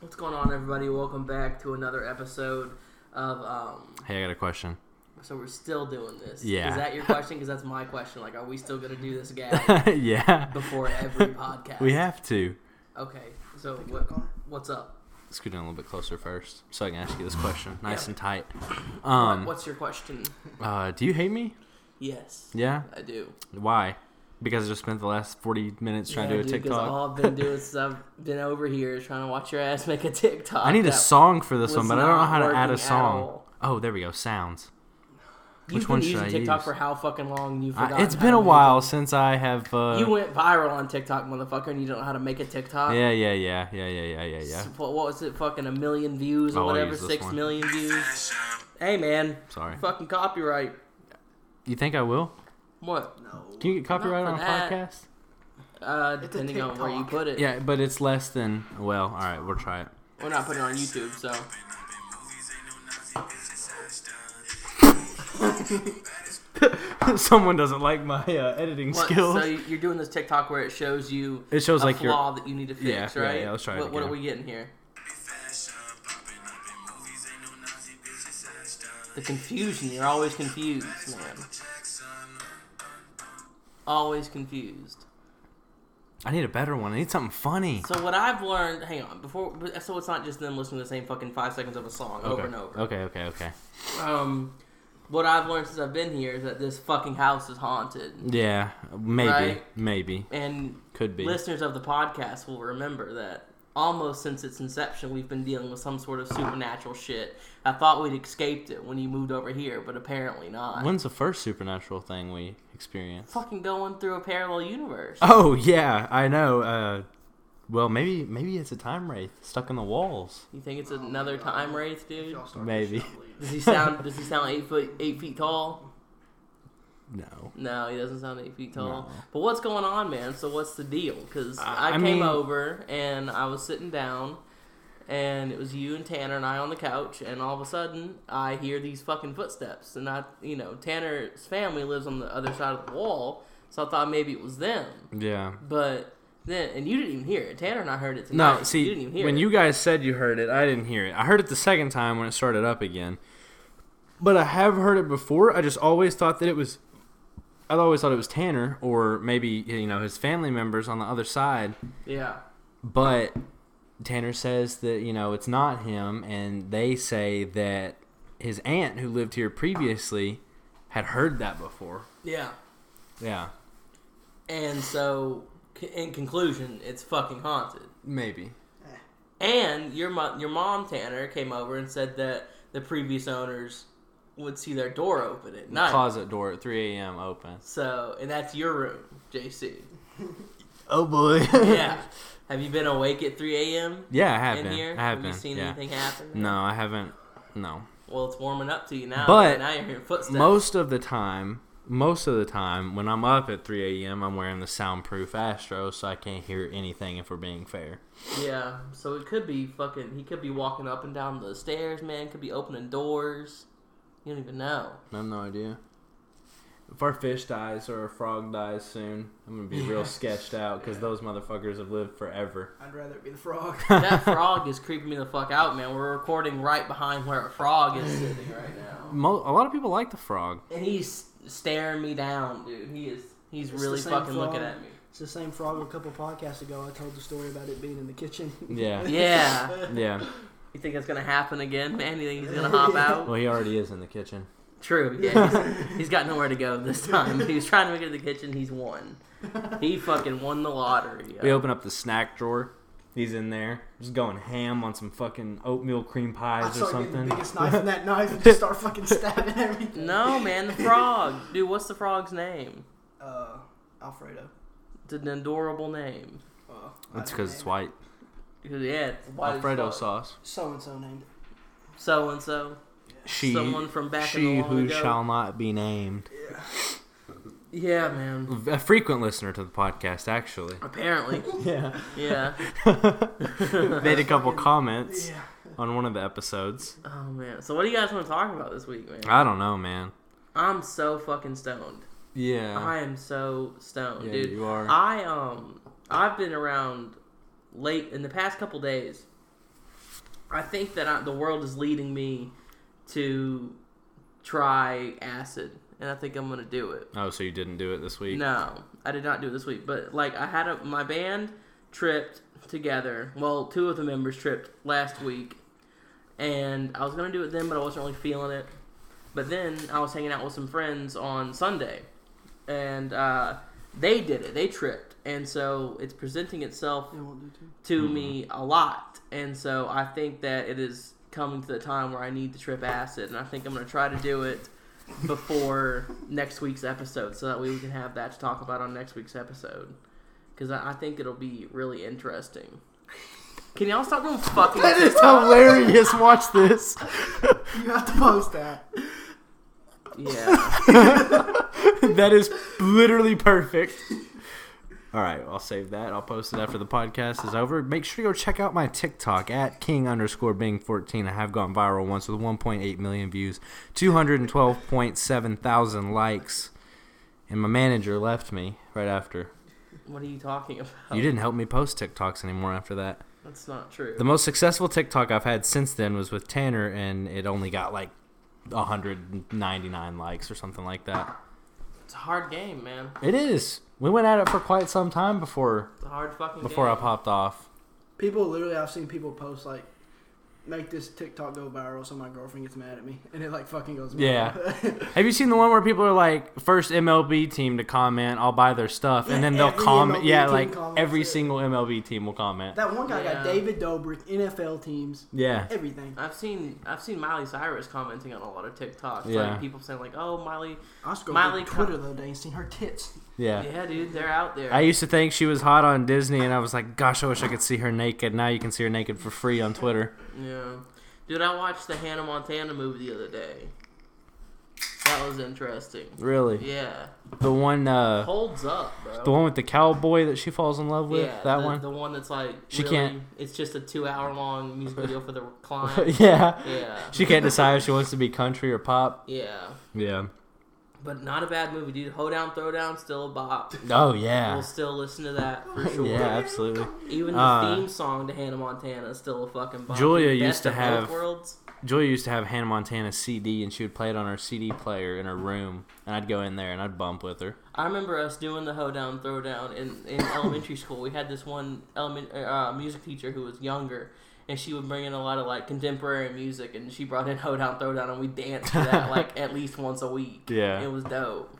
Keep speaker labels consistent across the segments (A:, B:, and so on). A: What's going on, everybody? Welcome back to another episode of. Um,
B: Hey, I got a question.
A: so we're still doing this.
B: Yeah.
A: Is that your question? Because that's my question. Like, are we still gonna do this again
B: yeah.
A: before every podcast?
B: We have to.
A: Okay. So what, what's up?
B: Scoot in a little bit closer first so I can ask you this question. Nice
A: Yeah.
B: and tight. Um,
A: what's your question?
B: uh, do you hate me?
A: Yes.
B: Yeah.
A: I do.
B: Why? Because I just spent the last 40 minutes trying
A: Yeah,
B: to do a
A: dude, 'cause
B: TikTok.
A: All I've been doing is I've been over here trying to watch your ass make a TikTok.
B: I need a
A: that
B: song for this
A: was
B: one, but I don't know
A: not
B: how to add
A: working
B: a
A: at
B: song.
A: all.
B: Oh, there we go. Sounds.
A: You've
B: Which
A: been
B: one should
A: using
B: I
A: TikTok
B: use?
A: for how fucking long? You forgot.
B: I, it's been a while since I have. Uh,
A: You went viral on TikTok, motherfucker, and you don't know how to make a TikTok.
B: yeah, yeah, yeah, yeah, yeah, yeah, yeah, yeah.
A: S- What what was it? Fucking a million views or
B: Oh, I'll
A: whatever.
B: use this
A: Six
B: one.
A: million views. Hey man,
B: Sorry.
A: fucking copyright.
B: You think I will?
A: What?
B: Can you get copyright
A: for
B: on a
A: that.
B: podcast?
A: Uh,
C: It's a
A: depending on where you
C: TikTok.
A: put it.
B: Yeah, but it's less than. Well, all right, we'll try it.
A: We're not putting it on YouTube, so.
B: Someone doesn't like my uh, editing
A: What,
B: skills.
A: so you- you're doing this TikTok where it shows you
B: It shows,
A: a
B: like, your-
A: flaw that you need to
B: Yeah,
A: fix,
B: yeah,
A: right?
B: yeah, let's try it
A: What, what are
B: again.
A: we getting here? The confusion. You're always confused, man. Always confused.
B: I need a better one. I need something funny.
A: So what I've learned, hang on, before, so it's not just them listening to the same fucking five seconds of a song over
B: okay.
A: and over.
B: Okay, okay, okay.
A: Um, what I've learned since I've been here is that this fucking house is haunted,
B: Yeah, maybe,
A: Right?
B: maybe
A: and
B: could be.
A: listeners of the podcast will remember that almost since its inception, we've been dealing with some sort of supernatural shit. I thought we'd escaped it when you moved over here, but apparently not.
B: When's the first supernatural thing we experienced?
A: fucking going through a parallel universe.
B: Oh yeah, I know. Uh, well, maybe maybe it's a time wraith stuck in the walls.
A: You think it's another time wraith, dude?
C: Y'all start
B: Maybe.
C: this shit, I believe.
A: Does he sound? Does he sound eight foot, eight feet tall?
B: No.
A: No, he doesn't sound eight feet tall.
B: No.
A: But what's going on, man? So what's the deal? Because I,
B: I
A: came
B: mean-
A: over and I was sitting down, and it was you and Tanner and I on the couch, and all of a sudden I hear these fucking footsteps, and I, you know, Tanner's family lives on the other side of the wall, so I thought maybe it was them.
B: Yeah.
A: But then, and you didn't even hear it. Tanner and I heard it tonight.
B: No,
A: you
B: see,
A: didn't even hear
B: when
A: it.
B: you guys said you heard it, I didn't hear it. I heard it the second time when it started up again. But I have heard it before. I just always thought that it was. I always thought it was Tanner or maybe you know his family members on the other side.
A: yeah,
B: But Tanner says that you know it's not him, and they say that his aunt who lived here previously had heard that before.
A: yeah.
B: Yeah,
A: And so, c- in conclusion, it's fucking haunted.
B: maybe.
A: And your mom, your mom Tanner came over and said that the previous owners would see their door open at night.
B: Closet door at 3 a.m. open.
A: So, and that's your room, JC.
B: Oh boy.
A: Yeah. have you been awake at 3 a.m.
B: yeah, I have
A: in
B: been.
A: here?
B: I have
A: have
B: been.
A: you seen
B: yeah.
A: anything happen?
B: No, I haven't. No.
A: Well, it's warming up to you now.
B: But
A: now you're hearing footsteps.
B: Most of the time, most of the time, when I'm up at 3 a.m., I'm wearing the soundproof Astro, so I can't hear anything. If we're being fair,
A: yeah. So it could be fucking. He could be walking up and down the stairs, man. Could be opening doors. You don't even know.
B: I have no idea. If our fish dies or a frog dies soon, I'm gonna be real sketched out because those motherfuckers have lived forever.
C: I'd rather it be the frog.
A: That frog is creeping me the fuck out, man. We're recording right behind where a frog is sitting right now.
B: Mo- a lot of people like the frog.
A: and he's staring me down, dude. He is. He's
C: It's
A: really
C: the same
A: fucking
C: frog.
A: looking at me.
C: It's the same frog a couple podcasts ago. I told the story about it being in the kitchen.
B: Yeah,
A: Yeah.
B: yeah.
A: you think that's gonna happen again, man? You think he's gonna hop out?
B: Well, he already is in the kitchen.
A: True. Yeah. He's, he's got nowhere to go this time. He was trying to make it to the kitchen. He's won. He fucking won the lottery. yo.
B: We open up the snack drawer. He's in there, just going ham on some fucking oatmeal cream
C: I
B: pies or
C: started getting
B: something.
C: the biggest knife in that knife and just start fucking stabbing everything.
A: No, man. The frog, dude. What's the frog's name?
C: Uh, Alfredo.
A: It's an adorable name.
C: Uh,
B: That's because it's white.
A: Because yeah, it's white as
B: Alfredo
A: fuck.
B: sauce.
C: So and so named
A: So and so,
B: She,
A: someone from back in
B: she
A: the long
B: who
A: ago.
B: shall not be named.
C: it. Yeah.
A: Yeah, man.
B: A frequent listener to the podcast, actually.
A: Apparently,
B: Yeah.
A: yeah.
B: Made a couple comments
C: Yeah.
B: on one of the episodes.
A: Oh man. So what do you guys want to talk about this week, man?
B: I don't know, man.
A: I'm so fucking stoned.
B: Yeah.
A: I am so stoned,
B: yeah,
A: dude.
B: you are.
A: I um I've been around late in the past couple days. I think that I, the world is leading me to try acid, and I think I'm gonna do it.
B: Oh, so you didn't do it this week?
A: No, I did not do it this week. But like, I had a, my band tripped together. Well, two of the members tripped last week, and I was gonna do it then, but I wasn't really feeling it. But then I was hanging out with some friends on Sunday, and uh, they did it. They tripped, and so it's presenting itself
C: They won't do too.
A: to
B: Mm-hmm.
A: me a lot. And so I think that it is coming to the time where I need to trip acid. And I think I'm going to try to do it before next week's episode so that way we can have that to talk about on next week's episode. Because I, I think it'll be really interesting. Can y'all stop doing fucking.
B: That is hilarious. Watch this.
C: You have to post that.
A: Yeah.
B: that is literally perfect. All right, I'll save that. I'll post it after the podcast is over. Make sure you go check out my TikTok at king underscore bing fourteen. I have gone viral once with one point eight million views, two hundred and twelve point seven thousand likes, and my manager left me right after.
A: What are you talking about?
B: You didn't help me post TikToks anymore after that.
A: That's not true.
B: The most successful TikTok I've had since then was with Tanner, and it only got like 199 likes or something like that.
A: It's a hard game, man.
B: It is. We went at it for quite some time before
A: It's a hard fucking
B: before I
A: game.
B: popped off.
C: People literally, I've seen people post like, make this TikTok go viral, so my girlfriend gets mad at me, and it like fucking goes viral.
B: Yeah. Have you seen the one where people are like, first MLB team to comment, I'll buy their stuff, and
C: Yeah,
B: then they'll
C: every
B: comment.
C: MLB
B: Yeah,
C: team
B: like
C: comments
B: every
C: it.
B: single MLB team will comment.
C: that one guy
A: Yeah.
C: got David Dobrik, NFL teams,
B: Yeah.
C: everything.
A: I've seen I've seen Miley Cyrus commenting on a lot of TikToks.
B: Yeah.
A: Like people saying like, "Oh, Miley,
C: I scrolled
A: Miley
C: Miley Twitter the other day and seen her tits.
B: Yeah.
A: yeah, dude, they're out there."
B: I used to think she was hot on Disney, and I was like, gosh, I wish I could see her naked. Now you can see her naked for free on Twitter.
A: Yeah. Dude, I watched the Hannah Montana movie the other day. That was interesting.
B: Really?
A: Yeah.
B: The one, uh,
A: Holds up, bro.
B: The one with the cowboy that she falls in love with?
A: yeah,
B: that
A: the,
B: one?
A: The one that's like
B: She
A: really-
B: can't-
A: It's just a two-hour-long music video for the client.
B: yeah.
A: yeah.
B: She can't decide if she wants to be country or pop.
A: Yeah.
B: Yeah.
A: But not a bad movie, dude. Hoedown, Throwdown, still a bop.
B: Oh,
A: We'll
B: yeah.
A: still listen to that for sure.
B: Yeah, absolutely.
A: Even the
B: Uh,
A: theme song to Hannah Montana is still a fucking bop.
B: Julia
A: Best
B: used to
A: of both
B: have-
A: worlds.
B: Julia used to have Hannah Montana CD, and she would play it on her CD player in her room, and I'd go in there and I'd bump with her.
A: I remember us doing the hoedown throwdown in, in elementary school. We had this one element uh, music teacher who was younger, and she would bring in a lot of like contemporary music, and she brought in hoedown throwdown, and we danced to that like at least once a week.
B: Yeah.
A: it was dope.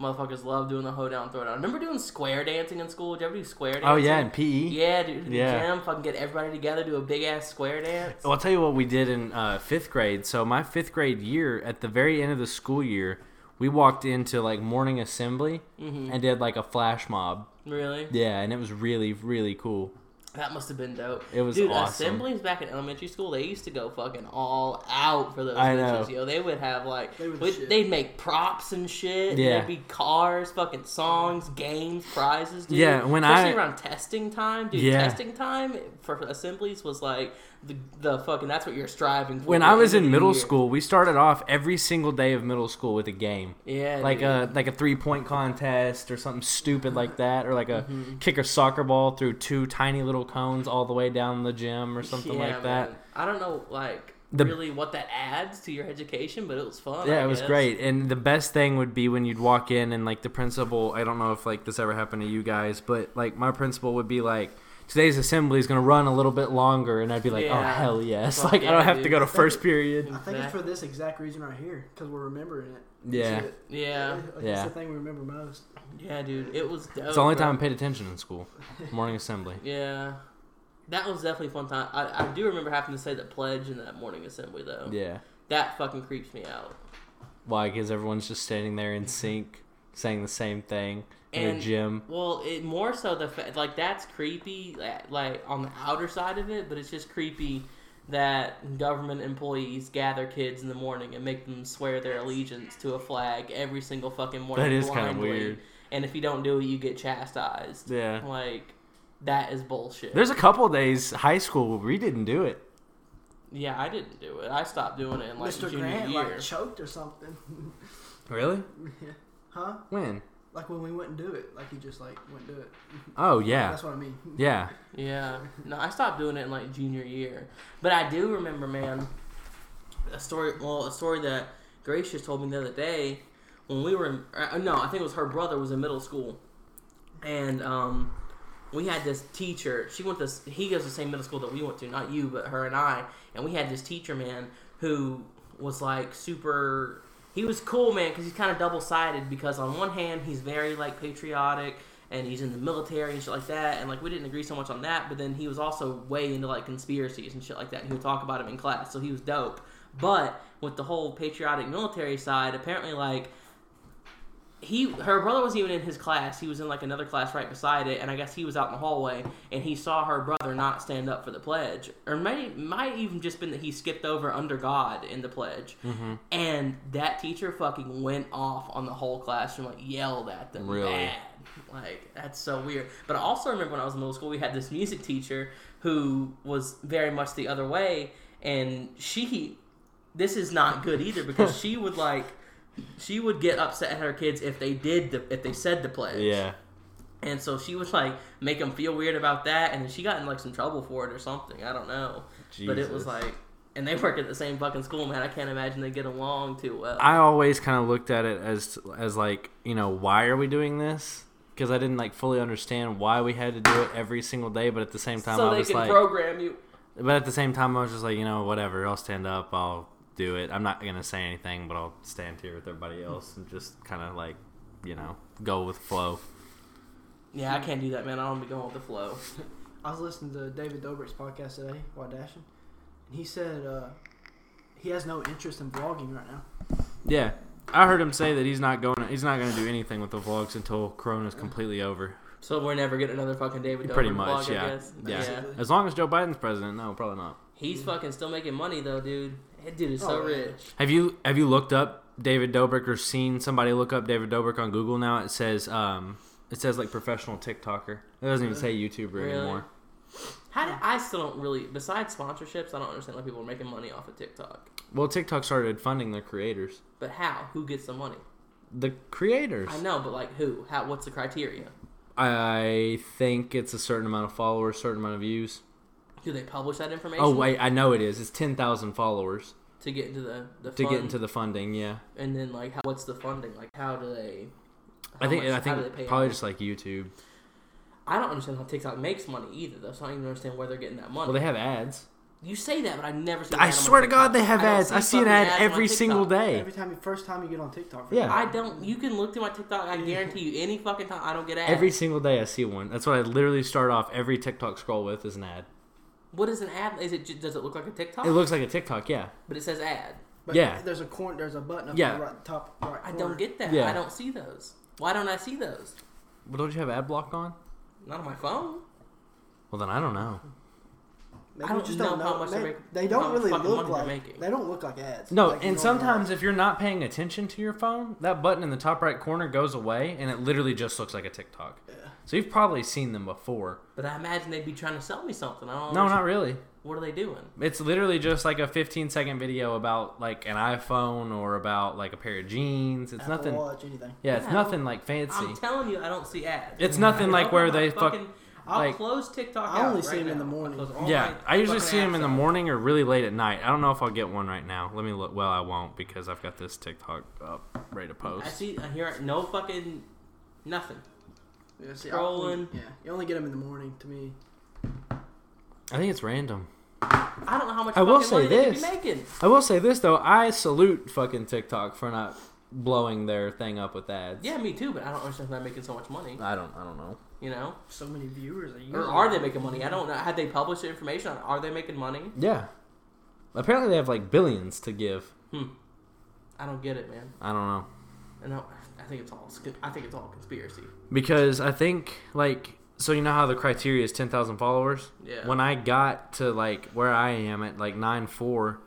A: Motherfuckers love doing the hoedown throwdown. Remember doing square dancing in school? Did you ever do square dancing?
B: Oh, yeah, in PE?
A: Yeah, dude. In
B: Yeah. Oh.
A: the gym, fucking get everybody together, do a big ass square dance.
B: Well, I'll tell you what we did in uh, fifth grade. So my fifth grade year, at the very end of the school year, we walked into like morning assembly and did like a flash mob.
A: Really?
B: Yeah, and it was really, really cool.
A: That must have been dope.
B: It was
A: dude.
B: awesome.
A: Assemblies back in elementary school, they used to go fucking all out for those
B: I
A: bitches.
B: know.
A: Yo, they would have like
C: They were the
A: would-
C: shit.
A: they'd make props and shit.
B: Yeah.
A: there'd be cars, fucking songs, games, prizes. Dude.
B: Yeah, when
A: especially
B: I-
A: around testing time, dude.
B: Yeah.
A: Testing time for assemblies was like the the fucking. That's what you're striving for.
B: When
A: at
B: I
A: the
B: was
A: end of
B: in
A: the
B: middle
A: year.
B: school, we started off every single day of middle school with a game.
A: yeah,
B: Like uh,
A: dude.
B: a like a three point contest or something stupid like that, or like a
A: Mm-hmm.
B: kick a soccer ball through two tiny little cones all the way down the gym or something
A: Yeah,
B: like that.
A: man. I don't know, like.
B: The-
A: really, what that adds to your education, but it was fun.
B: Yeah,
A: I
B: it was
A: guess.
B: great. And the best thing would be when you'd walk in and like the principal, I don't know if like this ever happened to you guys, but like my principal would be like Today's assembly is going to run a little bit longer, and I'd be like, "Oh
A: Yeah.
B: hell yes!"
A: Fuck
B: like I
A: yeah,
B: don't have to
A: dude.
B: go to first period.
C: I think it's for this exact reason right here, because we're remembering it.
B: Yeah,
C: Shit.
A: Yeah,
C: Like,
B: Yeah.
C: That's the thing we remember most.
A: yeah, dude, it was. Dope,
B: it's the only
A: bro.
B: time I paid attention in school. Morning assembly.
A: Yeah. That was definitely a fun time. I, I do remember having to say the pledge in that morning assembly though.
B: Yeah.
A: That fucking creeps me out.
B: Why? Because everyone's just standing there in sync, saying the same thing in
A: And-
B: a gym.
A: Well, it more so the fa- like that's creepy like- like on the outer side of it, but it's just creepy that government employees gather kids in the morning and make them swear their allegiance to a flag every single fucking morning.
B: That is kinda
A: blindly.
B: weird.
A: And if you don't do it, you get chastised.
B: Yeah.
A: Like that is bullshit.
B: There's a couple days high school where we didn't do it.
A: yeah, I didn't do it. I stopped doing it in like
C: Mr.
A: junior
C: Grant
A: year.
C: like choked or something,
B: Really?
C: huh?
B: When?
C: Like when we wouldn't do it, like he just like wouldn't do it.
B: Oh yeah,
C: That's what I mean.
B: yeah.
A: Yeah. No, I stopped doing it in like junior year. But I do remember, man, a story. Well, a story that Gracious told me the other day when we were in. Uh, no, I think it was her brother was in middle school, and um, we had this teacher. She went to. s- He goes to the same middle school that we went to. Not you, but her and I. And we had this teacher, man, who was like super. He was cool, man, because he's kind of double sided. Because on one hand, he's very like patriotic and he's in the military and shit like that. And like we didn't agree so much on that, but then he was also way into like conspiracies and shit like that. And he would talk about him in class, so he was dope. But with the whole patriotic military side, apparently like he her brother was even in his class. He was in like another class right beside it, and I guess he was out in the hallway and he saw her brother not stand up for the pledge, or may might even just been that he skipped over under God in the pledge, and that teacher fucking went off on the whole classroom, like yelled at them
B: Really?
A: bad. Like that's so weird. But I also remember when I was in middle school, we had this music teacher who was very much the other way, and she this is not good either because she would like she would get upset at her kids if they did the if they said the pledge.
B: Yeah.
A: And so she would like make them feel weird about that, and then she got in like some trouble for it or something. I don't know. But it was
B: Jesus.
A: like, and they work at the same fucking school, man. I can't imagine they get along too well.
B: I always kind of looked at it as as like you know why are we doing this? Because I didn't like fully understand why we had to do it every single day. But at the same time,
A: so
B: I
A: they
B: was
A: can
B: like,
A: program you.
B: but at the same time, I was just like, you know, whatever. I'll stand up. I'll do it. I'm not gonna say anything, but I'll stand here with everybody else and just kind of like, you know, go with flow.
A: Yeah, I can't do that, man. I don't be going with the flow.
C: I was listening to David Dobrik's podcast today while dashing, and he said uh, he has no interest in vlogging right now.
B: Yeah, I heard him say that he's not going. He's not gonna do anything with the vlogs until Corona's completely over.
A: So we're never getting another fucking David.
B: Pretty
A: Dobrik
B: much,
A: vlog, I
B: yeah.
A: guess.
B: yeah,
A: yeah.
B: As long as Joe Biden's president, no, probably not.
A: He's fucking still making money though, dude. That dude is so
C: Oh, yeah.
A: rich.
B: Have you have you looked up David Dobrik or seen somebody look up David Dobrik on Google now? It says um it says like professional TikToker. It doesn't even say YouTuber
A: Really?
B: anymore.
A: How do, I still don't really. Besides sponsorships, I don't understand why people are making money off of TikTok.
B: Well, TikTok started funding their creators.
A: But how? Who gets the money?
B: The creators.
A: I know, but like who? How? What's the criteria?
B: I think it's a certain amount of followers, certain amount of views.
A: Do they publish that information?
B: Oh wait, I know it is. It's ten thousand followers
A: To get into the the
B: to get
A: fund?
B: into the funding. Yeah,
A: and then like how, what's the funding? Like how do they?
B: I
A: how
B: think
A: much-
B: I
A: how do they pay
B: think probably
A: out?
B: just like YouTube.
A: I don't understand how TikTok makes money either, though. So I don't even understand where they're getting that money.
B: Well, they have ads.
A: you say that, but I never. See an ad
B: I
A: on my
B: swear to God,
A: TikTok.
B: they have
A: don't
B: ads. I see an
A: fucking
B: ad
A: ads on my
B: every single
A: TikTok.
B: day.
C: Every time, you, first time you get on TikTok,
B: Yeah.
A: I don't. You can look through my TikTok. I guarantee you, any fucking time I don't get ads.
B: Every single day I see one. That's what I literally start off every TikTok scroll with is an ad.
A: What is an ad? Is it? ju- Does it look like a TikTok?
B: It looks like a TikTok, yeah.
A: but it says ad.
C: But
B: Yeah.
C: there's a corn, there's a button up
B: Yeah.
C: in the right, top right.
A: I
C: corner.
A: don't get that.
B: Yeah.
A: I don't see those. Why don't I see those?
B: But don't you have ad block on?
A: Not on my phone.
B: Well then I don't know.
C: Maybe
A: I
C: you
A: don't know how much
C: may-
A: they're making-
C: They
A: how
C: don't
A: much
C: really
A: fucking
C: look
A: money they're
C: like
A: making.
C: they don't look like ads.
B: No,
C: Like, you
B: and
C: know what I'm
B: sometimes if you're not paying attention to your phone, that button in the top right corner goes away and it literally just looks like a TikTok. So you've probably seen them before.
A: But I imagine they'd be trying to sell me something. I don't.
B: No,
A: understand.
B: not really.
A: What are they doing?
B: It's literally just like a 15 second video about like an iPhone or about like a pair of jeans. It's
C: Apple
B: nothing.
C: Watch anything.
B: Yeah, it's
A: Yeah.
B: nothing like fancy.
A: I'm telling you, I don't see ads.
B: It's nothing
A: I
B: like
A: open
B: where
A: my
B: they fuck-
A: fucking. I'll
B: like-
A: close TikTok.
C: I
A: out
C: only
A: right
C: see 'em in
A: now.
C: the morning.
A: I'll close all
B: Yeah,
A: my
B: I usually
A: fucking
B: see them
A: apps
B: in the
A: out.
B: morning or really late at night. I don't know if I'll get one right now. Let me look. Well, I won't because I've got this TikTok up ready to post.
A: I see. I hear no fucking nothing.
C: Yeah, see, I only-
A: Scrolling.
C: Yeah, you only get them in the morning. To me,
B: I think it's random.
A: I don't know how much.
B: I
A: fucking
B: will say
A: money they could
B: this.
A: Be making.
B: I will say this though. I salute fucking TikTok for not blowing their thing up with ads.
A: Yeah, me too. But I don't understand why they're making so much money.
B: I don't. I don't know.
A: You know,
C: so many viewers. A year.
A: or are they making money? I don't know. Had they published the information? on Are they making money?
B: Yeah. Apparently they have like billions to give.
A: I don't get it, man.
B: I don't know
A: And I, I think it's all. I think it's all conspiracy.
B: because I think like so you know how the criteria is ten thousand followers.
A: Yeah.
B: when I got to like where I am at like nine four,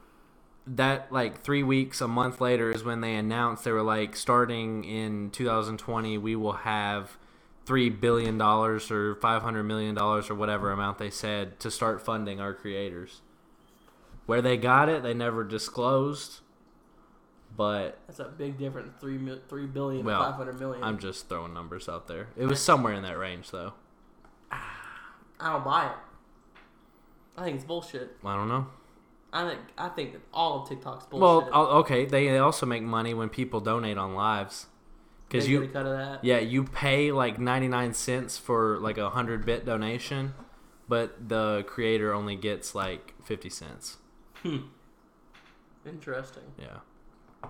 B: that like three weeks a month later is when they announced they were like starting in 2020 we will have three billion dollars or 500 million dollars or whatever amount they said to start funding our creators. Where they got it, they never disclosed. but
A: That's a big difference. Three mil- three billion
B: Well,
A: to five hundred million.
B: I'm just throwing numbers out there. It was somewhere in that range, though.
A: I don't buy it. I think it's bullshit.
B: I don't know.
A: I think I think that all of TikTok's bullshit.
B: Well, o- okay, they, they also make money when people donate on lives, because
A: They
B: you
A: get a cut of that.
B: yeah you pay like 99 cents for like a hundred bit donation, but the creator only gets like 50 cents.
A: Interesting.
B: Yeah,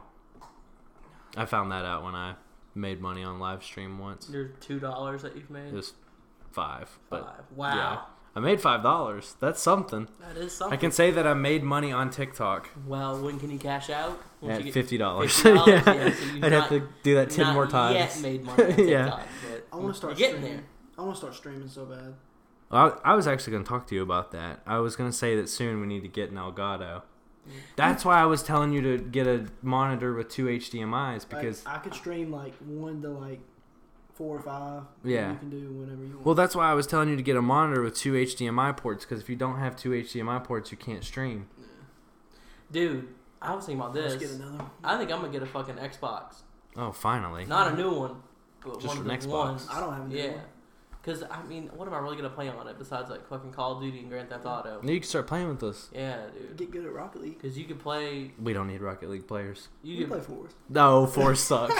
B: I found that out when I made money on live stream once.
A: There's two dollars that you've made.
B: It was five, but
A: Five. Wow,
B: I made five dollars. That's something.
A: that is
B: I
A: something.
B: can say that I made money on TikTok
A: Well, when can you cash out? Once
B: at
A: you
B: fifty dollars.
A: $50,
B: yeah,
A: yeah, so you've
B: I'd have
A: not-
B: to do that uh, ten
A: not
B: more times.
A: Yet made money. On TikTok,
B: Yeah.
A: but
C: I want to start
A: you're getting
C: streaming.
A: there.
C: I want to start streaming so bad.
B: Well, I, I was actually going to talk to you about that. I was going to say that soon we need to get an Elgato. That's why I was telling you to get a monitor with two HDMI's
C: Like,
B: because
C: I could stream like one to like four or five. and
B: Yeah.
C: you can do whatever you want.
B: well, that's why I was telling you to get a monitor with two HDMI ports because if you don't have two HDMI ports, you can't stream.
A: Dude, I was thinking about
C: let's get
A: this.
C: another. one.
A: I think I'm gonna get a fucking Xbox.
B: Oh, finally.
A: Not a new one, but
B: Just
A: one of
B: an
A: the
B: Xbox.
A: ones.
C: I don't have a new
A: Yeah.
C: one.
A: Because, I mean, what am I really going to play on it besides, like, fucking Call of Duty and Grand Theft Auto?
B: You can start playing with us.
A: Yeah, dude.
C: Get good at Rocket League.
A: Because you could play.
B: We don't need Rocket League players.
C: You,
A: You
C: play
A: can,
C: fours.
B: No, four suck.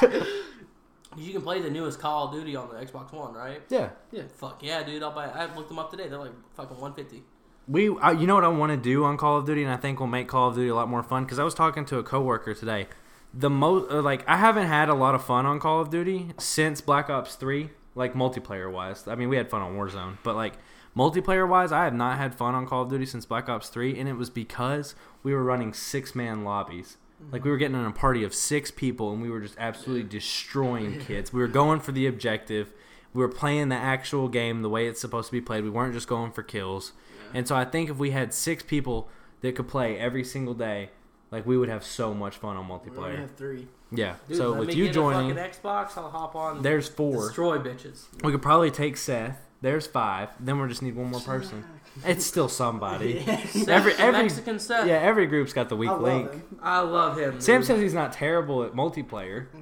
A: you can play the newest Call of Duty on the Xbox One, right?
B: yeah.
A: Fuck yeah, dude. I'll buy I looked them up today. They're like fucking 150.
B: We, I, you know what I want to do on Call of Duty, and I think will make Call of Duty a lot more fun. Because I was talking to a coworker today. The most, like, I haven't had a lot of fun on Call of Duty since Black Ops Three, like multiplayer wise. I mean, we had fun on Warzone, but like multiplayer wise, I have not had fun on Call of Duty since Black Ops Three, and it was because we were running six man lobbies. Like we were getting in a party of six people, and we were just absolutely destroying kids. We were going for the objective. We were playing the actual game the way it's supposed to be played. We weren't just going for kills. And so I think if we had six people that could play every single day, like we would have so much fun on
C: We only
B: multiplayer.
C: have three.
B: Yeah.
A: Dude,
B: so
A: let
B: with
A: me
B: you
A: get
B: joining,
A: A fucking Xbox, I'll hop on and
B: there's four.
A: destroy bitches.
B: We could probably take Seth. There's five. Then we will just need one more person. It's still somebody.
A: Seth,
B: Every-
A: the
B: every-
A: Mexican Seth.
B: Yeah, every group's got the weak
C: I love
B: link.
C: him.
A: I love him. dude.
B: Sam says he's not terrible at multiplayer.
C: Okay.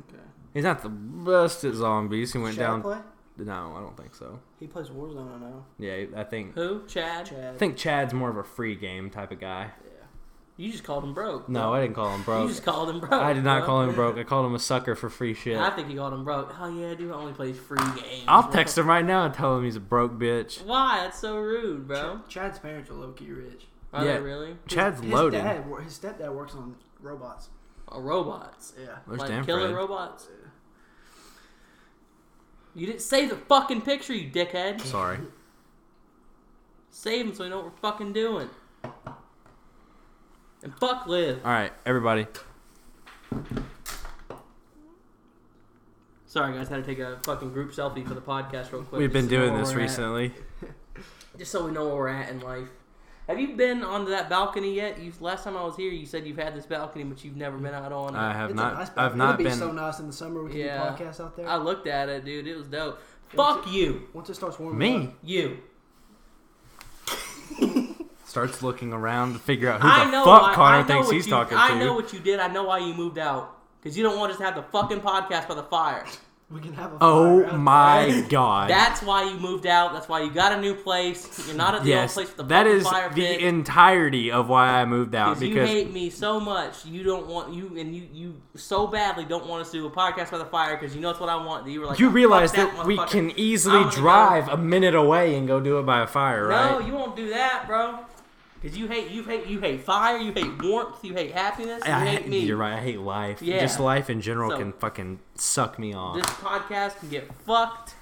B: He's not the best at zombies. He went
C: Should I
B: down.
C: play?
B: No, I don't think so.
C: He plays Warzone now.
B: Yeah, I think
A: Who? Chad?
C: Chad.
B: I think Chad's more of a free game type of guy.
C: Yeah.
A: You just called him broke.
B: No, I didn't call him
A: You
B: broke.
A: just called him broke.
B: I did not
A: bro.
B: call him broke. I called him a sucker for free shit.
A: I think you called him broke. Oh yeah, dude only plays free games.
B: I'll text him right now and tell him he's a broke bitch.
A: Why? That's so rude, bro.
C: Ch- Chad's parents are low key rich.
A: Are
B: Yeah.
A: they really?
B: Chad's
C: his
B: loaded.
C: Dad, wor- his stepdad works on robots.
A: Or Oh, robots?
C: Yeah.
B: Where's
A: like killer
B: Danfred?
A: robots. You didn't save the fucking picture, you dickhead.
B: Sorry.
A: Save them so we know what we're fucking doing. And fuck live.
B: All right, everybody.
A: Sorry guys, had to take a fucking group selfie for the podcast real quick.
B: We've been
A: just to know
B: doing
A: where
B: this
A: we're at.
B: recently.
A: Just so we know where we're at in life. Have you been onto that balcony yet? You last time I was here, you said you've had this balcony, but you've never been out on it.
B: I have
C: It's a
B: not.
C: nice
B: I've
C: balcony.
B: not
C: It'd
B: been.
C: be so nice in the summer. We can
A: Yeah.
C: do podcasts out there.
A: I looked at it, dude. It was dope. Fuck you.
C: Once it starts warming
B: me
C: up,
A: You.
B: starts looking around to figure out who
A: I
B: the
A: know
B: fuck
A: why- I
B: Connor
A: know
B: thinks
A: what
B: he's
A: you,
B: talking
A: I
B: to.
A: know what you did. I know why you moved out. Because you don't want us to have the fucking podcast by the fire.
C: we can have a. fire out
B: Oh
C: there.
B: my god.
A: That's why you moved out. That's why you got a new place. You're not at the
B: yes,
A: old place with the
B: that
A: fucking
B: is
A: fire pit.
B: the entirety of why I moved out
A: because you
B: because
A: hate me so much, you don't want you and you you so badly don't want us to do a podcast by the fire because you know it's what I want. That you were like,
B: you
A: "Fuck
B: realize that we
A: motherfucker."
B: can
A: I'm
B: easily
A: gonna go-
B: drive a minute away and go do it by a fire, right?
A: No, you won't do that, bro. Cause you hate you hate you hate fire, you hate warmth, you hate happiness, you
B: I
A: hate
B: ha-
A: me.
B: You're right. I hate life.
A: Yeah.
B: Just life in general
A: So-
B: can fucking suck me off.
A: This podcast can get fucked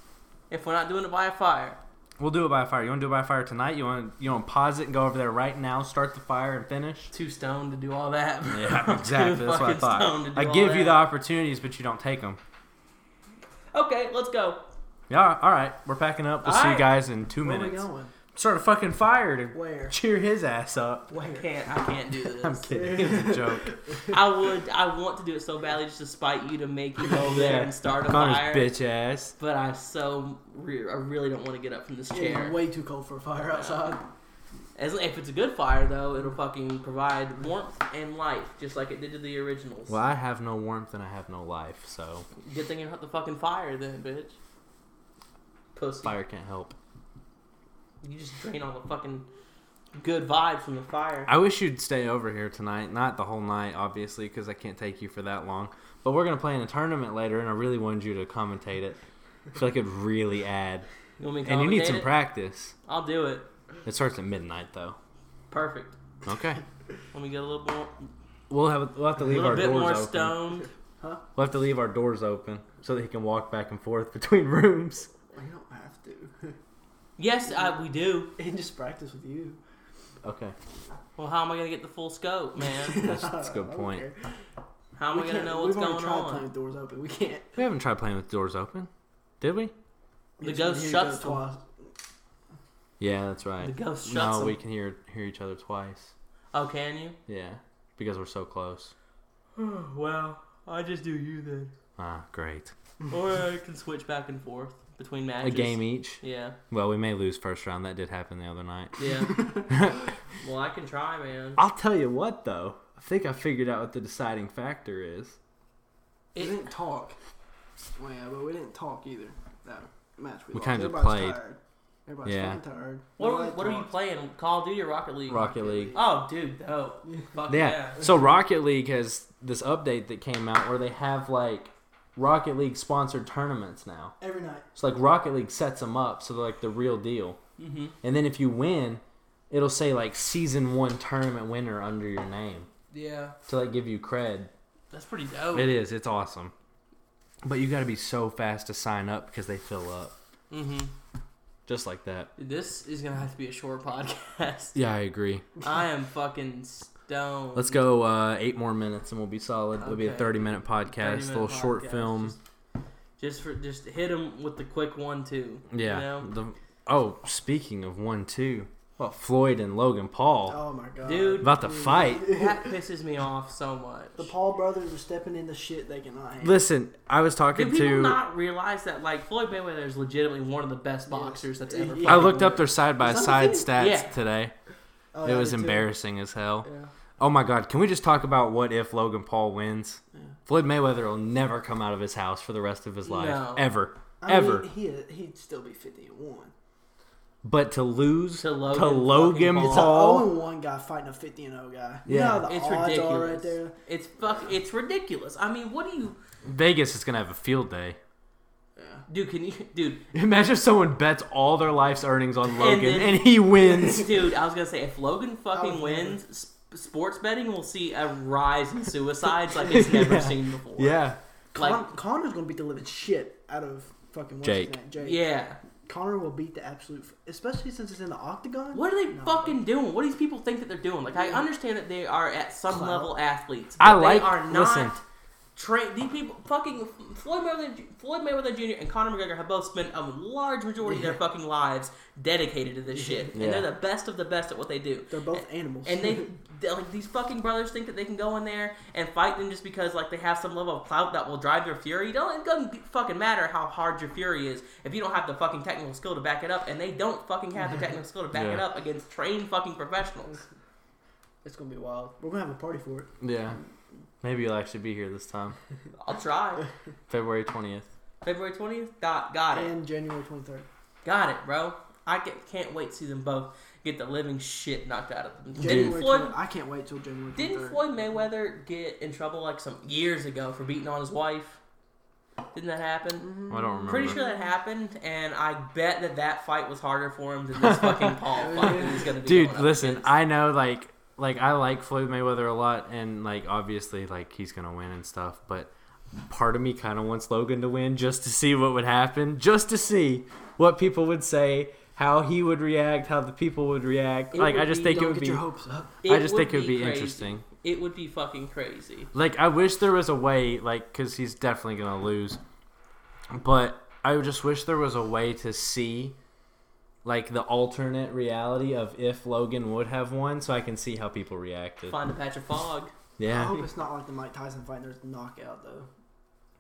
A: if we're not doing it by a fire.
B: we'll do it by fire. You want to do it by fire tonight? You want to you want to pause it and go over there right now, start the fire and finish?
A: Too stoned to do all that. Too
B: Yeah, exactly. That's what I
A: fucking stoned
B: thought.
A: to do
B: I
A: all
B: give you the
A: that.
B: opportunities, but you don't take them.
A: Okay, let's go.
B: Yeah. All right. We're packing up. We'll
A: All
B: see you
A: right.
B: guys in two
C: Where
B: minutes.
C: are we going?
B: Start a fucking fire to
C: Where?
B: cheer his ass up.
A: I
C: Where?
A: can't. I can't do
B: I'm
A: this.
B: kidding. It's a joke.
A: I would. I want to do it so badly just to spite you to make you go over there
B: Yeah.
A: and start a
B: Connor's
A: fire.
B: bitch ass.
A: But I so re- I really don't want to get up from this
C: It's
A: chair.
C: way too cold for a fire outside.
A: As, if it's a good fire, though, it'll fucking provide warmth and life, just like it did to the originals.
B: Well, I have no warmth and I have no life, so
A: Good thing you're not the fucking fire, then, bitch. Pussy.
B: fire can't help.
A: You just drain all the fucking good vibes from the fire.
B: I wish you'd stay over here tonight, not the whole night, obviously, because I can't take you for that long. But we're gonna play in a tournament later, and I really wanted you to commentate it. I feel like it'd really add,
A: You want me to
B: and you need some
A: commentate it?
B: practice.
A: I'll do it.
B: It starts at midnight, though.
A: Perfect.
B: Okay,
A: Let me get a little more,
B: we'll have we'll have to
A: a
B: leave
A: little
B: our
A: bit
B: doors
A: more
B: open.
A: stoned.
B: We'll have to leave our doors open so that he can walk back and forth between rooms.
C: Well, you don't have to.
A: Yes, I, we do.
C: and just practice with you.
B: Okay,
A: Well, how am I gonna get the full scope, man?
B: that's, that's a good
C: I don't
B: point.
C: care.
A: How am
C: We
A: I gonna
C: can't-
A: know what's
C: we've
A: going
C: already tried
A: on?
C: Playing with doors open. We can't.
B: We haven't tried playing with doors open, did we?
A: The
C: We just
A: ghost
C: hear you
A: shuts
C: go twice.
B: Yeah, that's right.
A: The ghost shuts
B: no,
A: them.
B: we can hear hear each other twice.
A: Oh, can you?
B: Yeah, because we're so close.
A: well, I just do you then,
B: Ah, great.
A: or I can switch back and forth between
B: A
A: matches.
B: game each.
A: Yeah,
B: Well, we may lose first round. That did happen the other night.
A: yeah. well, I can try, man.
B: I'll tell you what, though. I think I figured out what the deciding factor is.
C: We
A: It-
C: didn't talk. Well, yeah, but we didn't talk either. That match we,
B: We
C: lost.
B: kinda just
C: Everybody's
B: played.
C: Tired. Everybody's
B: Yeah.
C: fucking tired.
A: What are,
C: Nobody
A: what are you
C: talks.
A: playing? Call of Duty or Rocket League?
B: Rocket League. Oh,
A: Oh, dude, no. Fuck
B: Yeah.
A: yeah.
B: So Rocket League has this update that came out where they have like Rocket League sponsored tournaments now.
C: Every night.
B: So like Rocket League sets them up so they're like the real deal.
A: hmm
B: And then if you win, it'll say like season one tournament winner under your name
A: Yeah.
B: to like give you cred.
A: That's pretty dope.
B: It is. It's awesome. But you got to be so fast to sign up because they fill up
A: hmm
B: just like that.
A: This is gonna have to be a short podcast.
B: Yeah, I agree.
A: I am fucking stoned.
B: Let's go uh, eight more minutes and we'll be solid. It'll be a
A: Okay.
B: thirty-minute podcast,
A: 30 minute
B: little short
A: podcast.
B: film.
A: Just, just for just hit him with the quick one two.
B: yeah.
A: You know?
B: the- oh, speaking of one, two. Well, Floyd and Logan Paul
C: Oh my god.
A: Dude.
B: about to fight.
A: that pisses me off so much.
C: The Paul brothers are stepping into shit they cannot handle.
B: Listen, I was
A: Do
B: talking
A: people
B: to.
A: not realize that like Floyd Mayweather is legitimately one of the best boxers that's ever.
C: Yeah.
B: I
A: fucking
B: looked up
A: lived.
B: their side by
C: Is
B: side
C: that the
B: stats
A: Yeah.
B: today.
C: Oh,
B: it
C: yeah,
B: was
C: me too.
B: embarrassing as hell.
C: Yeah.
B: Oh my God! Can we just talk about what if Logan Paul wins? Floyd Mayweather will never come out of his house for the rest of his life,
A: No.
B: ever,
C: I
B: ever.
C: Mean, he, he'd still be 50 and 1.
B: but to lose
A: To
B: to Logan,
A: Logan fucking Paul.
B: Paul,
C: It's an 0 Oh, and 1 guy fighting a 50 and 0 guy. You
B: Oh. Yeah.
C: know how the
A: It's
C: odds are
A: ridiculous.
C: right there.
A: It's fuck. It's ridiculous. I mean, what do you,
B: Vegas is gonna have a field day.
A: dude? Can you, dude?
B: Imagine if someone bets all their life's earnings on Logan and,
A: then-
B: he wins.
A: Dude, I was gonna say if Logan fucking
C: was
A: wins, sp- sports betting will see a rise in suicides like it's never
B: Yeah.
A: seen before.
B: yeah,
A: like
C: Con- Connor's going to beat the living shit out of fucking what's his
B: Jake.
C: name? Jake.
A: yeah.
C: Connor will beat the absolute, f- especially since it's in the octagon.
A: What are they
C: No.
A: fucking doing? What do these people think that they're doing? Like I
C: Yeah.
A: understand that they are at some
C: Clout.
A: level athletes.
B: I
A: but
B: like-
A: They are not
B: listen.
A: Tra- these people, fucking Floyd Mayweather, Floyd Mayweather Jr. and Conor McGregor have both spent a large majority of their fucking lives dedicated to this shit,
B: Yeah.
A: and they're the best of the best at what they do.
C: They're both animals.
A: And they, they- like, these fucking brothers think that they can go in there and fight them just because, like, they have some level of clout that will drive their fury. It don't- it doesn't fucking matter how hard your fury is if you don't have the fucking technical skill to back it up. And they don't fucking have the technical skill to back it
B: Yeah.
A: up against trained fucking professionals.
C: it's going to be wild. We're going to have a party for it.
B: yeah. Maybe you'll actually be here this time,
A: I'll try.
B: February twentieth.
A: February 20th? Got, got it.
C: And January 23rd.
A: Got it, bro. I get, can't wait to see them both get the living shit knocked out of them. Didn't
C: January
A: Floyd,
C: 23rd. I can't wait till January 23rd.
A: didn't Floyd Mayweather get in trouble, like, some years ago for beating on his wife? Didn't that happen?
B: I don't remember.
A: Pretty sure that happened, and I bet that that fight was harder for him than this fucking Paul fight that he's gonna be.
B: Dude,
A: going up
B: listen,
A: against.
B: I know like like I like Floyd Mayweather a lot and like obviously like he's gonna win and stuff, but part of me kinda wants Logan to win just to see what would happen, just to see what people would say, how he would react, how the people would react.
A: It
B: like I
A: would
B: just
A: be-
B: think it
C: Don't
B: would
C: get
B: be
C: your hopes up.
B: I just think it would be
A: crazy.
B: interesting.
A: It would be fucking crazy.
B: Like I wish there was a way, like, because he's definitely gonna lose. But I just wish there was a way to see, like, the alternate reality of if Logan would have won, so I can see how people reacted.
A: Find a patch of fog.
C: I
B: Yeah,
C: hope it's not like the Mike Tyson fight. There's knockout though.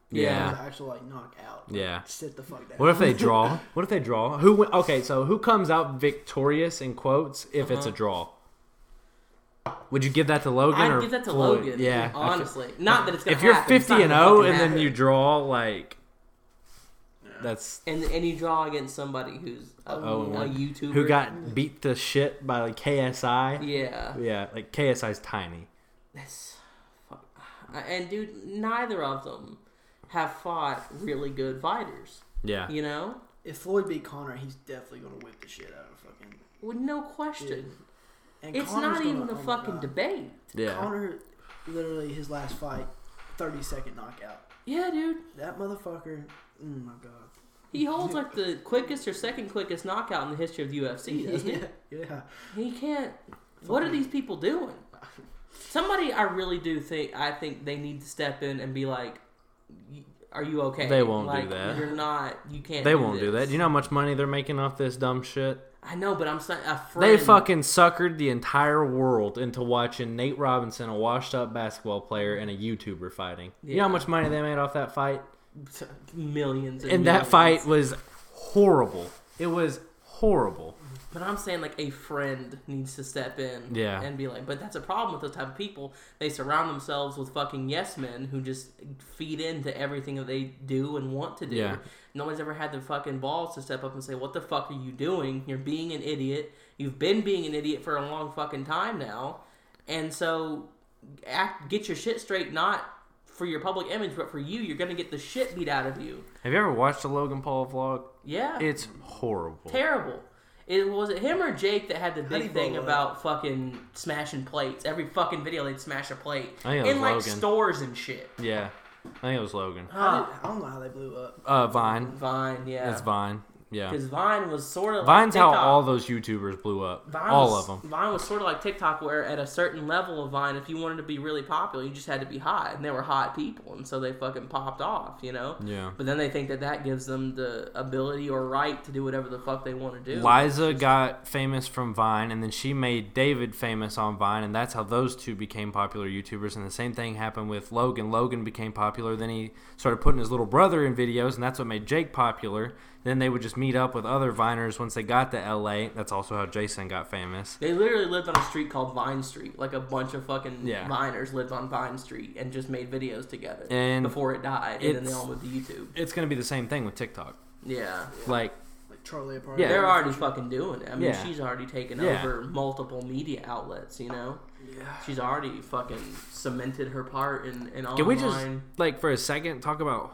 B: Yeah.
C: It was actual like knockout.
B: Yeah.
C: Sit the fuck down.
B: What if they draw? What if they draw? Who? win- Okay, so who comes out victorious in quotes if it's a draw? Would you give that to Logan or
A: Uh-huh. I'd give that to
B: Floyd?
A: Logan.
B: Yeah, I feel-
A: honestly, not that it's gonna
B: If you're
A: happen, it's not
B: fifty and
A: gonna
B: zero
A: fucking
B: and then
A: happen.
B: you draw like, that's
A: and and you draw against somebody who's a, a
B: Oh, one.
A: YouTuber
B: who got beat to shit by like KSI.
A: yeah.
B: Yeah, like KSI's tiny.
A: That's fuck. And dude, neither of them have fought really good fighters.
B: Yeah,
A: You know,
C: If Floyd beat Connor, he's definitely gonna whip the shit out of fucking.
A: with no question.
C: And
A: It's
C: Connor's
A: not
C: gonna-
A: even
C: oh
A: a
C: my
A: fucking
C: God.
A: debate.
B: yeah.
C: Connor, literally his last fight, thirty second knockout.
A: Yeah, dude.
C: That motherfucker. Oh my god.
A: He holds like the quickest or second quickest knockout in the history of the UFC, doesn't
C: yeah. Yeah.
A: he? He can't. What are these people doing? Somebody, I really do think I think they need to step in and be like, "Y- "Are you okay?"
B: They won't do
A: like,
B: that.
A: You're not. You can't.
B: They won't do that.
A: this."
B: Do you know how much money they're making off this dumb shit?
A: I know, but I'm saying a friend.
B: They fucking suckered the entire world into watching Nate Robinson, a washed up basketball player, and a YouTuber fighting. You know how
A: Yeah.
B: much money they made off that fight?
A: millions. And,
B: And that
A: millions.
B: fight was horrible. It was horrible.
A: But I'm saying like a friend needs to step in
B: Yeah.
A: and be like, but that's a problem with those type of people. They surround themselves with fucking yes men who just feed into everything that they do and want to do.
B: Yeah.
A: No one's ever had the fucking balls to step up and say, What the fuck are you doing? You're being an idiot. You've been being an idiot for a long fucking time now. And so act get your shit straight, not for your public image, but for you, you're gonna get the shit beat out of you.
B: Have you ever watched the Logan Paul vlog?
A: Yeah.
B: It's horrible.
A: terrible. It was it him or Jake that had the
C: do you
A: big thing
C: follow
A: about fucking smashing plates. Every fucking video they'd smash a plate
B: I think it
A: in
B: was
A: like
B: Logan.
A: stores and shit.
B: Yeah. I think it was Logan.
C: I,
A: Ah,
C: didn't- I don't know how they blew up.
B: Uh, Vine.
A: Vine, yeah,
B: It's Vine. Yeah.
A: because Vine was sort of
B: Vine's
A: like
B: how
A: TikTok.
B: all those YouTubers blew up.
A: Vine
B: all of
A: was,
B: them.
A: Vine was sort of like TikTok, where at a certain level of Vine, if you wanted to be really popular, you just had to be hot, and they were hot people, and so they fucking popped off, you know.
B: Yeah.
A: But then they think that that gives them the ability or right to do whatever the fuck they want to do.
B: Liza got famous from Vine, and then she made David famous on Vine, and that's how those two became popular YouTubers. And the same thing happened with Logan. Logan became popular, then he started putting his little brother in videos, and that's what made Jake popular. Then they would just meet up with other Viners once they got to LA. That's also how Jason got famous.
A: They literally lived on a street called Vine Street. Like a bunch of fucking
B: Yeah.
A: miners lived on Vine Street and just made videos together
B: And
A: before it died, and then they
B: it's-
A: all moved to YouTube.
B: It's going to be the same thing with TikTok.
A: Yeah.
B: Like,
C: Like Charlie Apart.
B: Yeah.
A: They're already fucking doing it. I mean,
B: Yeah.
A: she's already taken
B: Yeah.
A: over multiple media outlets, you know?
C: Yeah.
A: She's already fucking cemented her part in, in online.
B: Can we just like for a second talk about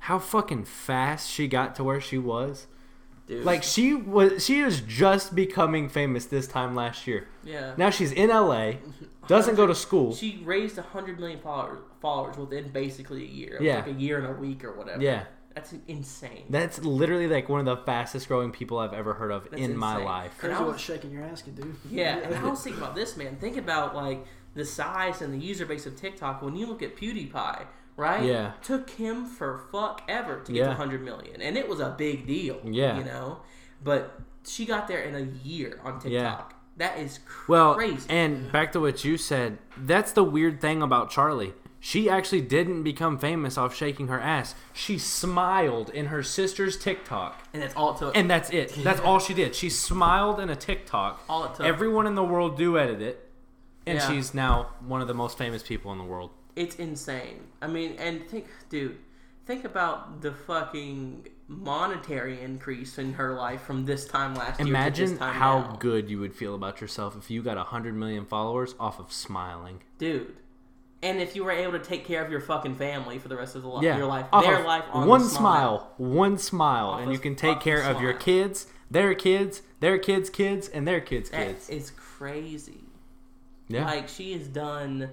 B: how fucking fast she got to where she was?
A: dude.
B: Like she was she was just becoming famous this time last year.
A: yeah.
B: Now she's in LA, doesn't go to school.
A: She raised 100 million followers, followers within basically a year. It was
B: Yeah.
A: Like a year and a week or whatever.
B: Yeah.
A: That's insane.
B: That's literally like one of the fastest growing people I've ever heard of in
A: That's
B: my
A: insane.
B: life.
A: And
C: Crazy
A: I was-
C: what shaking your ass can do.
A: Yeah, and I was thinking about this, man. Think about like the size and the user base of TikTok. When you look at PewDiePie, right?
B: Yeah.
A: took him for fuck ever to get to
B: Yeah.
A: 100 million, and it was a big deal.
B: Yeah.
A: you know, but she got there in a year on TikTok.
B: Yeah.
A: That is crazy.
B: Well, and back to what you said, that's the weird thing about Charlie. She actually didn't become famous off shaking her ass. She smiled in her sister's TikTok.
A: and that's all it took.
B: And that's it. That's all she did. She smiled in a TikTok.
A: All it took.
B: Everyone in the world do edit it. And
A: Yeah.
B: she's now one of the most famous people in the world.
A: It's insane. I mean, and think, dude, think about the fucking monetary increase in her life from this time last year to
B: Imagine
A: this time
B: how
A: now.
B: good you would feel about yourself if you got 100 million followers off of smiling.
A: dude. And if you were able to take care of your fucking family for the rest of the li-
B: Yeah.
A: your life,
B: Off
A: their
B: of
A: life on
B: one
A: the
B: smile. One smile.
A: Off
B: and
A: a-
B: you can
A: off
B: take
A: a
B: care of your
A: smile.
B: kids, their kids, their kids' kids, and their kids'
A: That
B: kids.
A: is crazy.
B: yeah.
A: Like she has done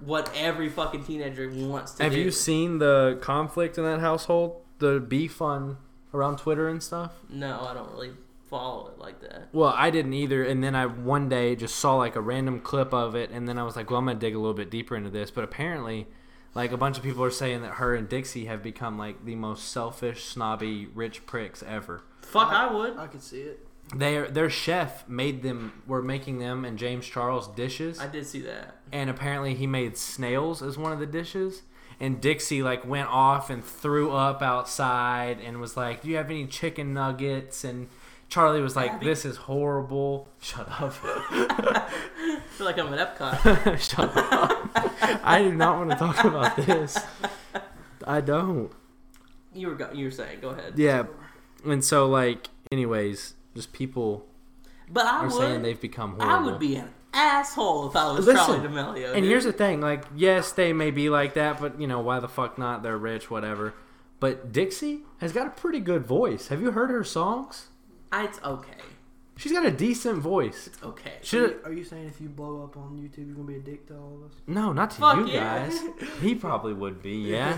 A: what every fucking teenager wants to
B: Have
A: do.
B: you seen the conflict in that household? The beef on around Twitter and stuff?
A: No, I don't really follow it like that.
B: Well, I didn't either, and then I one day just saw like a random clip of it, and then I was like, "Well, I'm gonna dig a little bit deeper into this." But apparently, like a bunch of people are saying that her and Dixie have become like the most selfish, snobby, rich pricks ever.
A: Fuck, I would.
C: I could see it.
B: Their their chef made them were making them and James Charles dishes,
A: I did see that.
B: and apparently he made snails as one of the dishes. and Dixie like went off and threw up outside and was like, "Do you have any chicken nuggets?" and Charlie was like,
A: Abby?
B: "This is horrible. Shut up.
A: I feel like I'm at Epcot.
B: Shut up. I do not want to talk about this. I don't.
A: You were go- you were saying, go ahead.
B: Yeah. And so like, anyways, just people
A: But I
B: are saying
A: would
B: they've become horrible.
A: I would be an asshole if I was
B: Listen,
A: Charlie D'Amelio.
B: And
A: dude.
B: here's the thing, like, yes, they may be like that, but you know, why the fuck not? They're rich, whatever. But Dixie has got a pretty good voice. Have you heard her songs?
A: I- it's okay.
B: She's got a decent voice.
A: It's okay.
C: Are
B: Should
C: you, are you saying if you blow up on YouTube, you're gonna be a dick to all of us?
B: no, not to
A: Fuck
B: you
A: yeah.
B: guys. He probably would be. Yeah,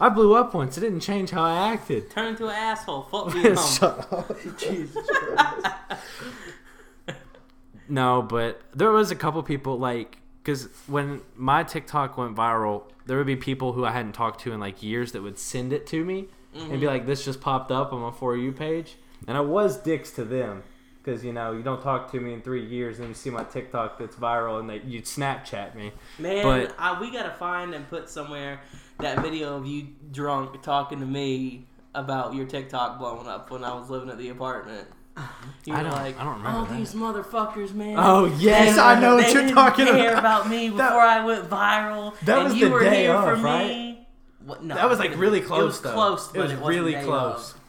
B: I blew up once. It didn't change how I acted.
A: Turn into an asshole. Fuck Vietnam.
B: Shut up.
C: Jesus.
B: No, but there was a couple people like because when my TikTok went viral, there would be people who I hadn't talked to in like years that would send it to me and
A: Mm-hmm.
B: be like, "This just popped up on my for you page," and I was dicks to them because you know you don't talk to me in three years, and you see my TikTok that's viral, and that you'd Snapchat me.
A: Man,
B: But-
A: I, we gotta find and put somewhere that video of you drunk talking to me about your TikTok blowing up when I was living at the apartment. You
B: I
A: were
B: don't-
A: like,
B: I don't remember
A: Oh,
B: that."
A: these motherfuckers, man.
B: Oh yes,
A: They-
B: I know
A: they
B: what you're
A: didn't
B: talking
A: care
B: about.
A: about me before
B: That-
A: I went viral.
B: that
A: and
B: was
A: you
B: the
A: were
B: day
A: here
B: of,
A: for
B: right?
A: me. What, no,
B: That was
A: it
B: like
A: wasn't-
B: really
A: It was
B: close though.
A: close.
B: It was
A: but it wasn't
B: really
A: day
B: close.
A: of.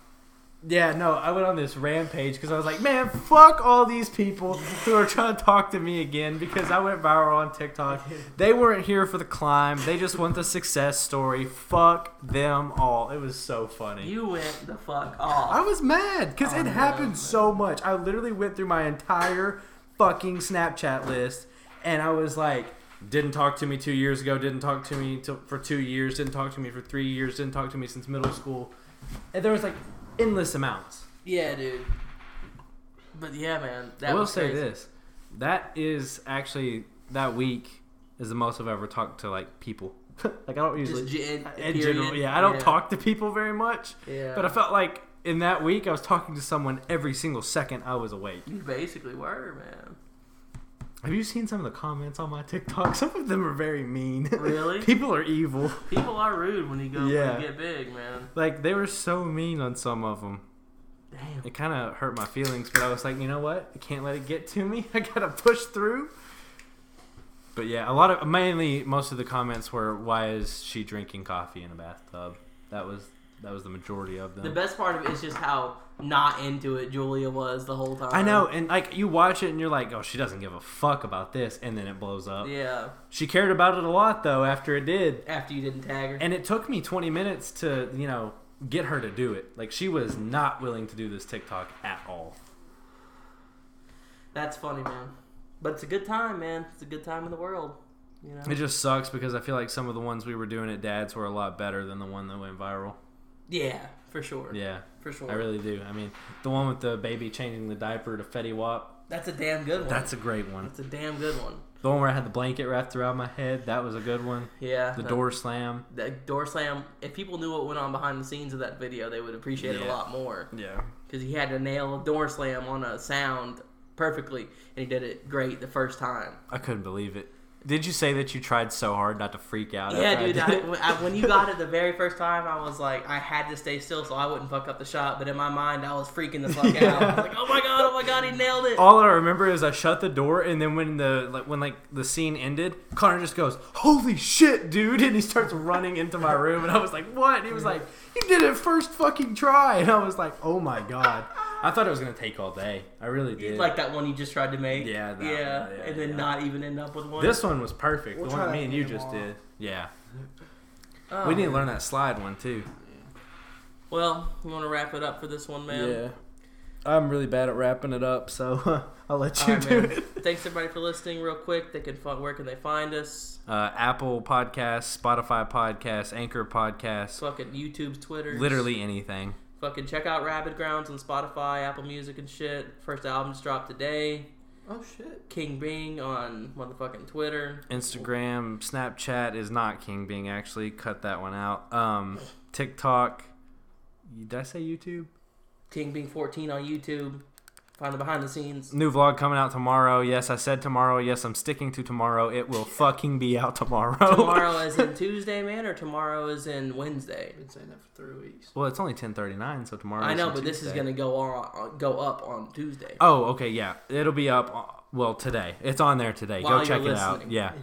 B: Yeah, no, I went on this rampage because I was like, man, fuck all these people who are trying to talk to me again because I went viral on TikTok. They weren't here for the climb. They just want the success story. Fuck them all. It was so funny.
A: You went the fuck off.
B: I was mad because
A: Oh,
B: it
A: no,
B: happened
A: man.
B: so much. I literally went through my entire fucking Snapchat list and I was like, didn't talk to me two years ago, didn't talk to me till for two years, didn't talk to me for three years, didn't talk to me since middle school. And there was like endless amounts.
A: Yeah, dude. But yeah, man. That
B: I will
A: was
B: say
A: crazy.
B: this that is actually, that week is the most I've ever talked to like people. like, I don't usually.
A: Just gen-
B: in general,
A: period.
B: yeah, I don't talk to people very much.
A: Yeah.
B: But I felt like in that week I was talking to someone every single second I was awake.
A: You basically were, man.
B: Have you seen some of the comments on my TikTok? Some of them are very mean.
A: Really?
B: People are evil.
A: People are rude when you go
B: Yeah.
A: when you get big, man.
B: Like they were so mean on some of them.
A: Damn.
B: It kind of hurt my feelings, but I was like, you know what? I can't let it get to me. I gotta push through. But yeah, a lot of mainly most of the comments were, "Why is she drinking coffee in a bathtub?" That was that was the majority of them.
A: The best part of it is just how not into it Julia was the whole time.
B: I know, and like you watch it and you're like, oh, she doesn't give a fuck about this, and then it blows up.
A: Yeah.
B: She cared about it a lot though after it did,
A: After you didn't tag her.
B: and it took me 20 minutes to you know get her to do it. Like she was not willing to do this TikTok at all.
A: That's funny, man. But it's a good time, man. It's a good time in the world. You know?
B: It just sucks because I feel like some of the ones we were doing at Dad's were a lot better than the one that went viral.
A: Yeah, for sure.
B: Yeah,
A: For sure.
B: I really do. I mean, the one with the baby changing the diaper to Fetty Wap,
A: That's a damn good one.
B: that's a great one.
A: That's a damn good one.
B: The one where I had the blanket wrapped around my head, that was a good one.
A: Yeah.
B: The
A: that-
B: door slam.
A: The door slam. If people knew what went on behind the scenes of that video, they would appreciate it a
B: Yeah.
A: lot more.
B: Yeah.
A: because he had to nail a door slam on a sound perfectly, and he did it great the first time.
B: I couldn't believe it. Did you say that you tried so hard not to freak out?
A: yeah,
B: after
A: dude.
B: I
A: I,
B: did it?
A: when, I, when you got it the very first time, I was like, I had to stay still so I wouldn't fuck up the shot. But in my mind, I was freaking the fuck
B: Yeah.
A: out. I was like, oh my god, oh my god, he nailed it.
B: All I remember is I shut the door, and then when the like when like the scene ended, Connor just goes, "Holy shit, dude!" and he starts running into my room, and I was like, "What?" And he was like, "You did it first fucking try," and I was like, "Oh my god!" I thought it was gonna take all day. I really did.
A: Like that one you just tried to make.
B: Yeah, that
A: yeah,
B: one, yeah,
A: and then
B: yeah.
A: not even end up with one.
B: this one was perfect.
C: We'll
B: the one
C: try
B: that me
C: that
B: and you
C: again
B: just
C: tomorrow.
B: did. Yeah,
A: Oh,
B: we need to learn that slide one too.
A: Well, you want to wrap it up for this one, man.
B: I'm really bad at wrapping it up, so I'll let
A: All right, man. Thanks everybody for listening. Real quick, they can find, where can they find us?
B: uh, Apple Podcasts, Spotify Podcasts, Anchor Podcasts,
A: Fucking YouTube, Twitter,
B: literally anything.
A: Fucking check out Rabid Grounds on Spotify, Apple Music, and shit. First album's dropped today.
C: oh shit.
A: King Bing on motherfucking Twitter.
B: Instagram, Snapchat is not King Bing actually. Cut that one out. Um, TikTok. Did I say YouTube?
A: King Bing 14 on YouTube. Find the behind the scenes.
B: New vlog coming out tomorrow. Yes, I said tomorrow. Yes, I'm sticking to tomorrow. It will fucking be out tomorrow.
A: Tomorrow is in Tuesday, man, or tomorrow is in Wednesday.
C: I've been saying that for three weeks.
B: well, it's only 10:39, so tomorrow.
A: I
B: is
A: know,
B: on
A: but this is
B: Tuesday.
A: gonna go on, go up on Tuesday.
B: Oh, okay, yeah. It'll be up. uh, Well, today it's on there today.
A: While
B: Go
A: you're
B: check it out.
A: listening.
B: Yeah,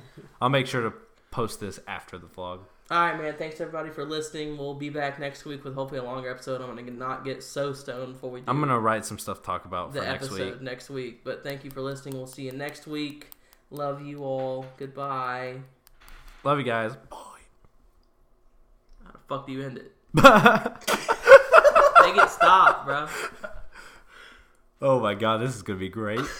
B: I'll make sure to post this after the vlog.
A: All right, man. Thanks everybody for listening. We'll be back next week with hopefully a longer episode. I'm gonna not get so stoned before we do
B: I'm gonna write some stuff to talk about
A: the
B: for next
A: episode
B: week.
A: next week. But thank you for listening. We'll see you next week. Love you all. Goodbye.
B: Love you guys.
A: How the fuck do you end it?
B: Bye.
A: Make it stop, bro.
B: oh my god, this is gonna be great.